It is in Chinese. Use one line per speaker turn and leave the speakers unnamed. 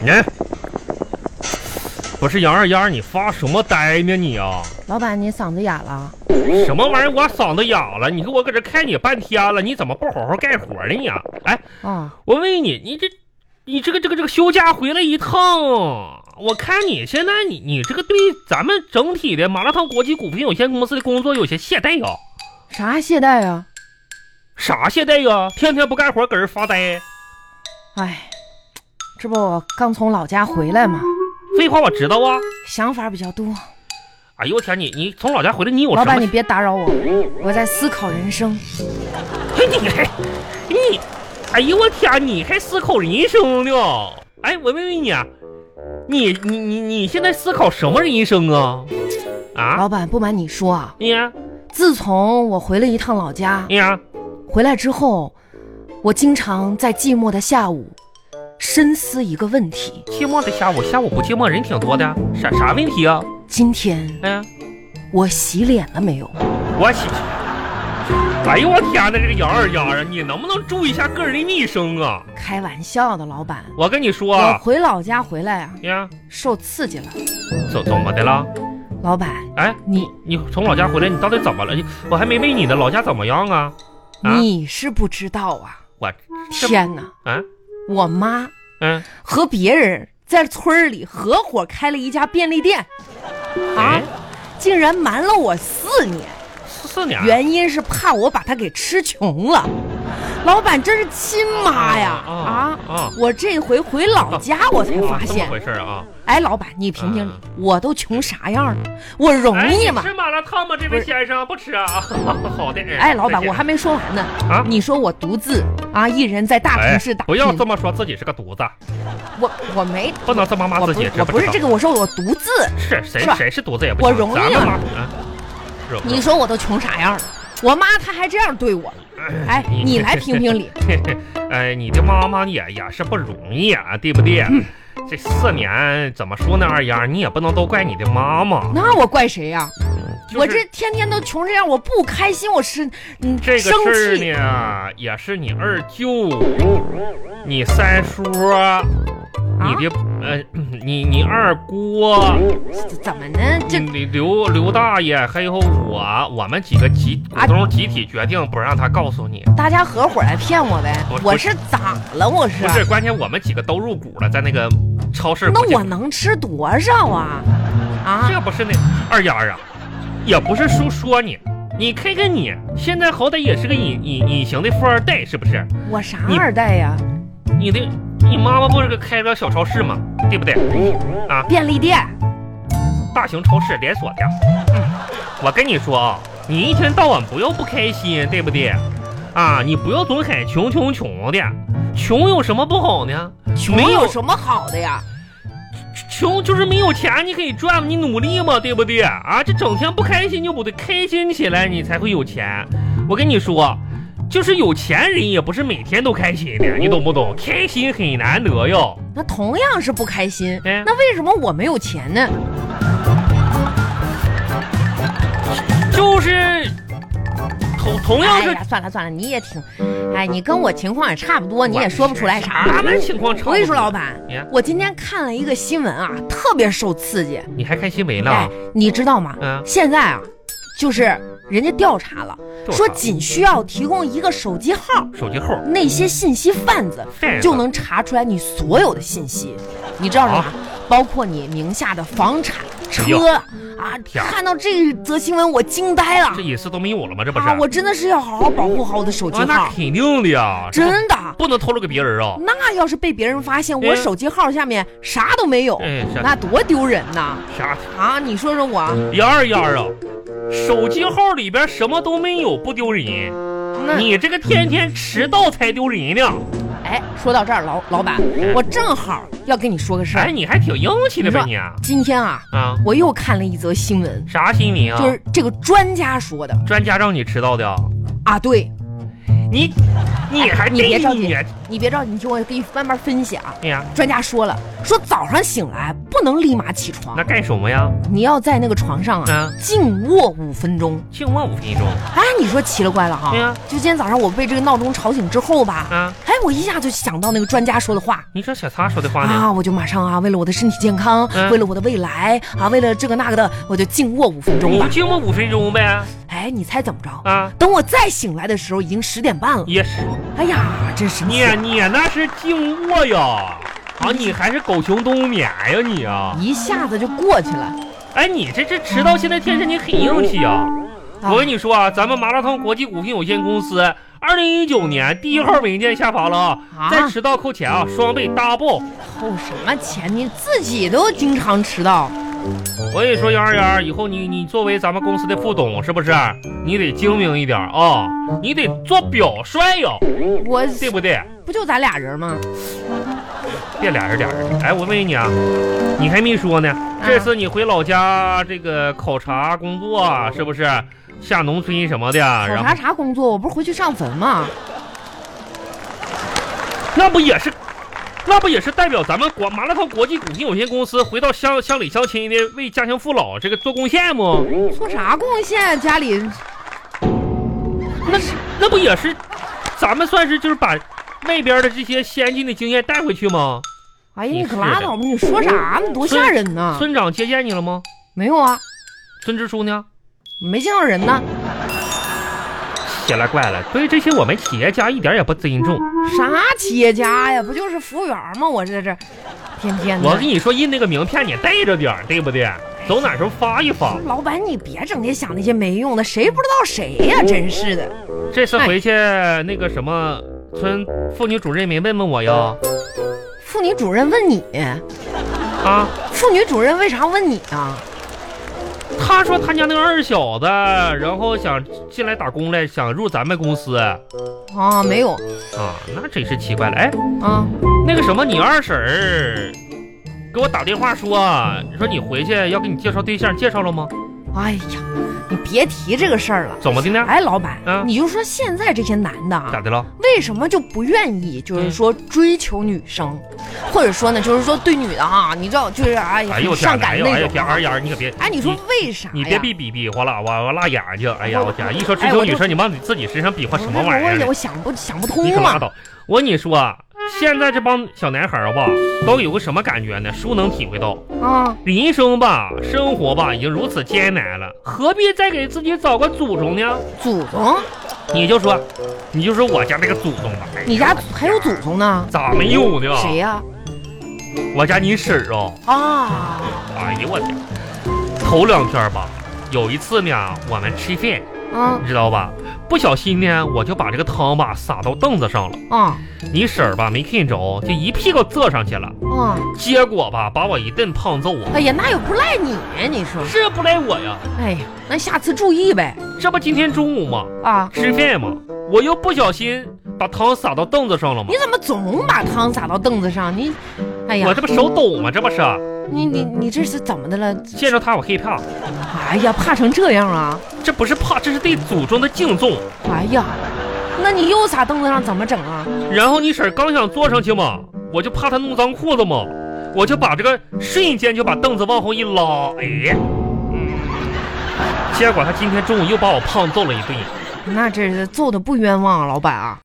呢？不是杨二丫，你发什么呆呢你啊？
老板，你嗓子哑了？
什么玩意儿？我嗓子哑了？你说我搁这看你半天了，你怎么不好好干活呢你、啊？哎，
啊，
我问你，你这，你这个这个这个休假回来一趟，我看你现在你你这个对咱们整体的麻辣烫国际股份有限公司的工作有些懈怠啊？
啥懈怠啊？
啥懈怠啊？天天不干活搁这发呆？
哎，这不我刚从老家回来嘛，
废话我知道啊。
想法比较多。
哎呦我天，你你从老家回来你有什
老
么？
板，你别打扰我，我在思考人生。
嘿，哎你还你，哎呦我天，你还思考人生呢？哎，我问问你啊，你你你你现在思考什么人生啊？啊，
老板，不瞒你说啊，
你呀
自从我回了一趟老家，
你呀，
回来之后，我经常在寂寞的下午深思一个问题：
寂寞的下午，下午不寂寞，人挺多的，啥啥问题啊？
今天
哎呀，
我洗脸了没有？
我洗。哎呦我天呐，这个杨二丫啊，你能不能注意一下个人的卫生啊？
开玩笑的，老板，
我跟你说
我
啊，哎
回老家回来啊，
呀，
受刺激了。
怎怎么的了？
老板，
哎，
你
你从老家回来，你到底怎么了？你我还没问你呢，老家怎么样啊？啊
你是不知道啊！
我这
天哪，
啊，
我妈
嗯。
和别人在村儿里合伙开了一家便利店，啊
哎，
竟然瞒了我四年，
四四年，
原因是怕我把她给吃穷了。老板真是亲妈呀！
啊
啊
啊啊
我这回回老家我才发
怎么
现，
回事啊？
哎，老板你评评理
啊，
我都穷啥样了？我容
哎
易
你
吗？
吃麻辣烫吗？这
不
位
是
先生不吃啊。 好的。
哎，老
再
板，
见
我还没说完呢。
啊
你说我独自啊，一人在大城市打
哎
拼，
不要这么说自己是个犊子，
我我没
不能这么骂
我
自
不
己
是。我不是这
个，
个，我说我独自。
是谁
是吧
谁是犊子也不行。
我容易
咱们
啊
骂啊容
你说我都穷啥样了？我妈她还这样对我呢。哎， 你来评评理。
哎，你的妈妈也也是不容易啊，对不对？
嗯
这四年怎么说呢，二丫，你也不能都怪你的妈妈。
那我怪谁呀、
就是
我这天天都穷这样，我不开心，我是嗯
这个
生
事儿
气。
呢，也是你二舅、你三叔、你的呃，你你二姑、
怎么呢？这
你刘刘大爷，还有我，我们几个集股东集体决定不让他告诉你。
大家合伙来骗我呗
不？是
我是咋了？我是啊
不是，关键我们几个都入股了，在那个超市。
那我？能吃多少啊？啊，
这不是那二丫啊，也不是说说你。你看看你，现在好歹也是个隐隐隐形的富二代，是不是？
我啥
你
二代呀、
你的你妈妈不是个开个小超市吗？对不对？
便利店
大型超市连锁的。嗯我跟你说啊，你一天到晚不要不开心，对不对？啊，你不要总喊穷穷穷的，穷有什么不好呢？
穷
没有
有什么好的呀？
穷就是没有钱，你可以赚嘛，你努力嘛，对不对？啊，这整天不开心就不对，开心起来你才会有钱。我跟你说，啊就是有钱人也不是每天都开心的，你懂不懂？开心很难得哟。
那同样是不开心，
哎
那为什么我没有钱呢？
就是同同样
哎
是
呀，算了算了，你也挺，哎，你跟我情况也差不多，你也说不出来啥
咱。们情况差不多。
我跟你说，老板
你看，
我今天看了一个新闻啊，特别受刺激。
你还看新闻呢？
哎，你知道吗？
嗯
现在啊，就是人家调查了，
调查
说仅需要提供一个手机号，
手机号
那些信息贩子
贩子
就能查出来你所有的信息，你知道什么？
啊
包括你名下的房产、
哎呦
车啊。
天啊
看到这则新闻，我惊呆了
这。隐私都没有了吗？这不是？
啊，我真的是要好好保护好我的手机
啊那
号，
肯定的呀，这
真的。啊
不能透露给别人啊。
那要是被别人发现我
嗯
手机号下面啥都没有，
哎，啥
那多丢人呐！
啥
啊，你说说我，
幺二幺啊，手机号里边什么都没有，不丢人。
那
你这个天天迟到才丢人呢。
哎，说到这儿，老老板，我正好要跟你说个事
嗯哎，
儿。
你还挺硬气的吧
你
你啊？
今天啊，
啊，
我又看了一则新闻，
啥新闻啊？
就是这个专家说的
专家让你迟到的啊。
啊，对，
你你啊还
你别
这
着急
一年
你别着急，你听我给你慢慢分析啊。
哎呀，
专家说了，说早上醒来不能立马起床
那，干什么呀？
你要在那个床上啊
嗯
静卧五分钟。
静卧五分钟
哎，你说奇了怪了哈
对呀！
就今天早上我被这个闹钟吵醒之后吧，
啊！
哎，我一下就想到那个专家说的话。
你这小擦说的话呢？
啊！我就马上啊，为了我的身体健康，
嗯
为了我的未来啊，为了这个那个的，我就静卧五分钟
我
吧。
静卧五分钟呗
哎，你猜怎么着？
嗯啊！
等我再醒来的时候，已经十点半了。
也是，
哎呀，真神
你
奇！
你那是静卧呀。啊，你还是狗熊冬眠呀你啊！
一下子就过去了。
哎，你这这迟到现在天生你很硬气啊！
啊
我跟你说啊，咱们麻辣烫国际股份有限公司二零一九年第一号文件下发了啊，
啊
再迟到扣钱啊，双倍 double。
扣哦什么钱？你自己都经常迟到。
我跟你说，幺二幺，以后你你作为咱们公司的副董，是不是？你得精明一点啊、你得做表率哟，
我
对不对？
不就咱俩人吗？
别俩人俩人。哎，我问你啊，你还没说呢，
嗯
这次你回老家这个考察工作啊是不是？下农村什么的，
考
啊然后
察啥工作？我不是回去上坟吗？
那不也是，那不也是代表咱们国麻辣烫国际股份有限公司回到乡乡里乡亲的为家乡父老这个做贡献吗？
做啥贡献？啊家里
那那不也是，咱们算是就是把那边的这些先进的经验带回去吗？
哎呀，
你
你可
是
拉
的
倒吧！你说啥呢？多吓人呢！
村长接见你了吗？
没有啊，
村支书呢？
没见到人呢。
奇了怪了，对这些我们企业家一点也不尊重。
啥企业家呀？不就是服务员吗？我这这天天的。
我跟你说，印那个名片你带着点儿，对不对？
哎
走哪儿时候发一发。
老板，你别整天想那些没用的，谁不知道谁呀、真是的，
这次
哎
回去那个什么村妇女主任没问问我呀？
妇女主任问你，嗯
啊，
妇女主任为啥问你啊？
他说他家那个二小子，然后想进来打工来，想入咱们公司啊，
啊，没有
那真是奇怪了。哎，
啊，
那个什么，你二婶儿给我打电话说，说你回去要给你介绍对象，介绍了吗？
哎呀，你别提这个事儿了。
怎么的呢？
哎，老板，
嗯
你就说现在这些男的
咋
啊，
的了？
为什么就不愿意，就是说
嗯
追求女生，或者说呢，就是说对女的啊，你知道，就是哎呀，
哎呦我
很
天
上
哪！哎
赶
呦哎
那
呦
种
天，
啊。
二丫，你可别，
哎，你说为啥呀？
你别比比比划了，我我辣眼睛。哎呀，
我
我天！一说追
哎
求
我就
女生，你往你自己身上比划
我
什么玩意
我我
儿
我
呢？
想不想不
你
通啊
可拉
嘛？
倒！我跟你说啊，现在这帮小男孩儿吧，都有个什么感觉呢？叔能体会到。
啊，
人生吧，生活吧，已经如此艰难了，何必再给自己找个祖宗呢？
祖宗，
你就说，你就说我家那个祖宗吧。哎呀
你家还有祖宗呢？
咋没啊有呢？
谁呀？
我家你婶儿啊！
啊，
哎呦我天！头两天吧，有一次呢，我们吃饭，
啊
你知道吧？不小心呢，我就把这个汤吧洒到凳子上了。
啊
你婶儿吧没看着，就一屁股坐上去了，
啊！
结果吧把我一顿胖揍啊！
哎呀，那也不赖你，啊你说，
这不赖我呀，
哎呀，那下次注意呗。
这不今天中午吗？
啊，
吃饭嘛，我又不小心把汤洒到凳子上了嘛
你。怎么总把汤洒到凳子上？你，哎
我
呀，
这不手抖吗？这不是啊
你你你这是怎么的了？
见着他我害怕，
哎呀，怕成这样啊！
这不是怕，这是对祖宗的敬重。
哎呀，那你又撒凳子上怎么整啊？
然后你婶儿刚想坐上去嘛，我就怕她弄脏裤子嘛，我就把这个瞬间就把凳子往后一拉，哎，嗯，结果她今天中午又把我胖揍了一顿。
那这是揍的不冤枉啊，老板啊！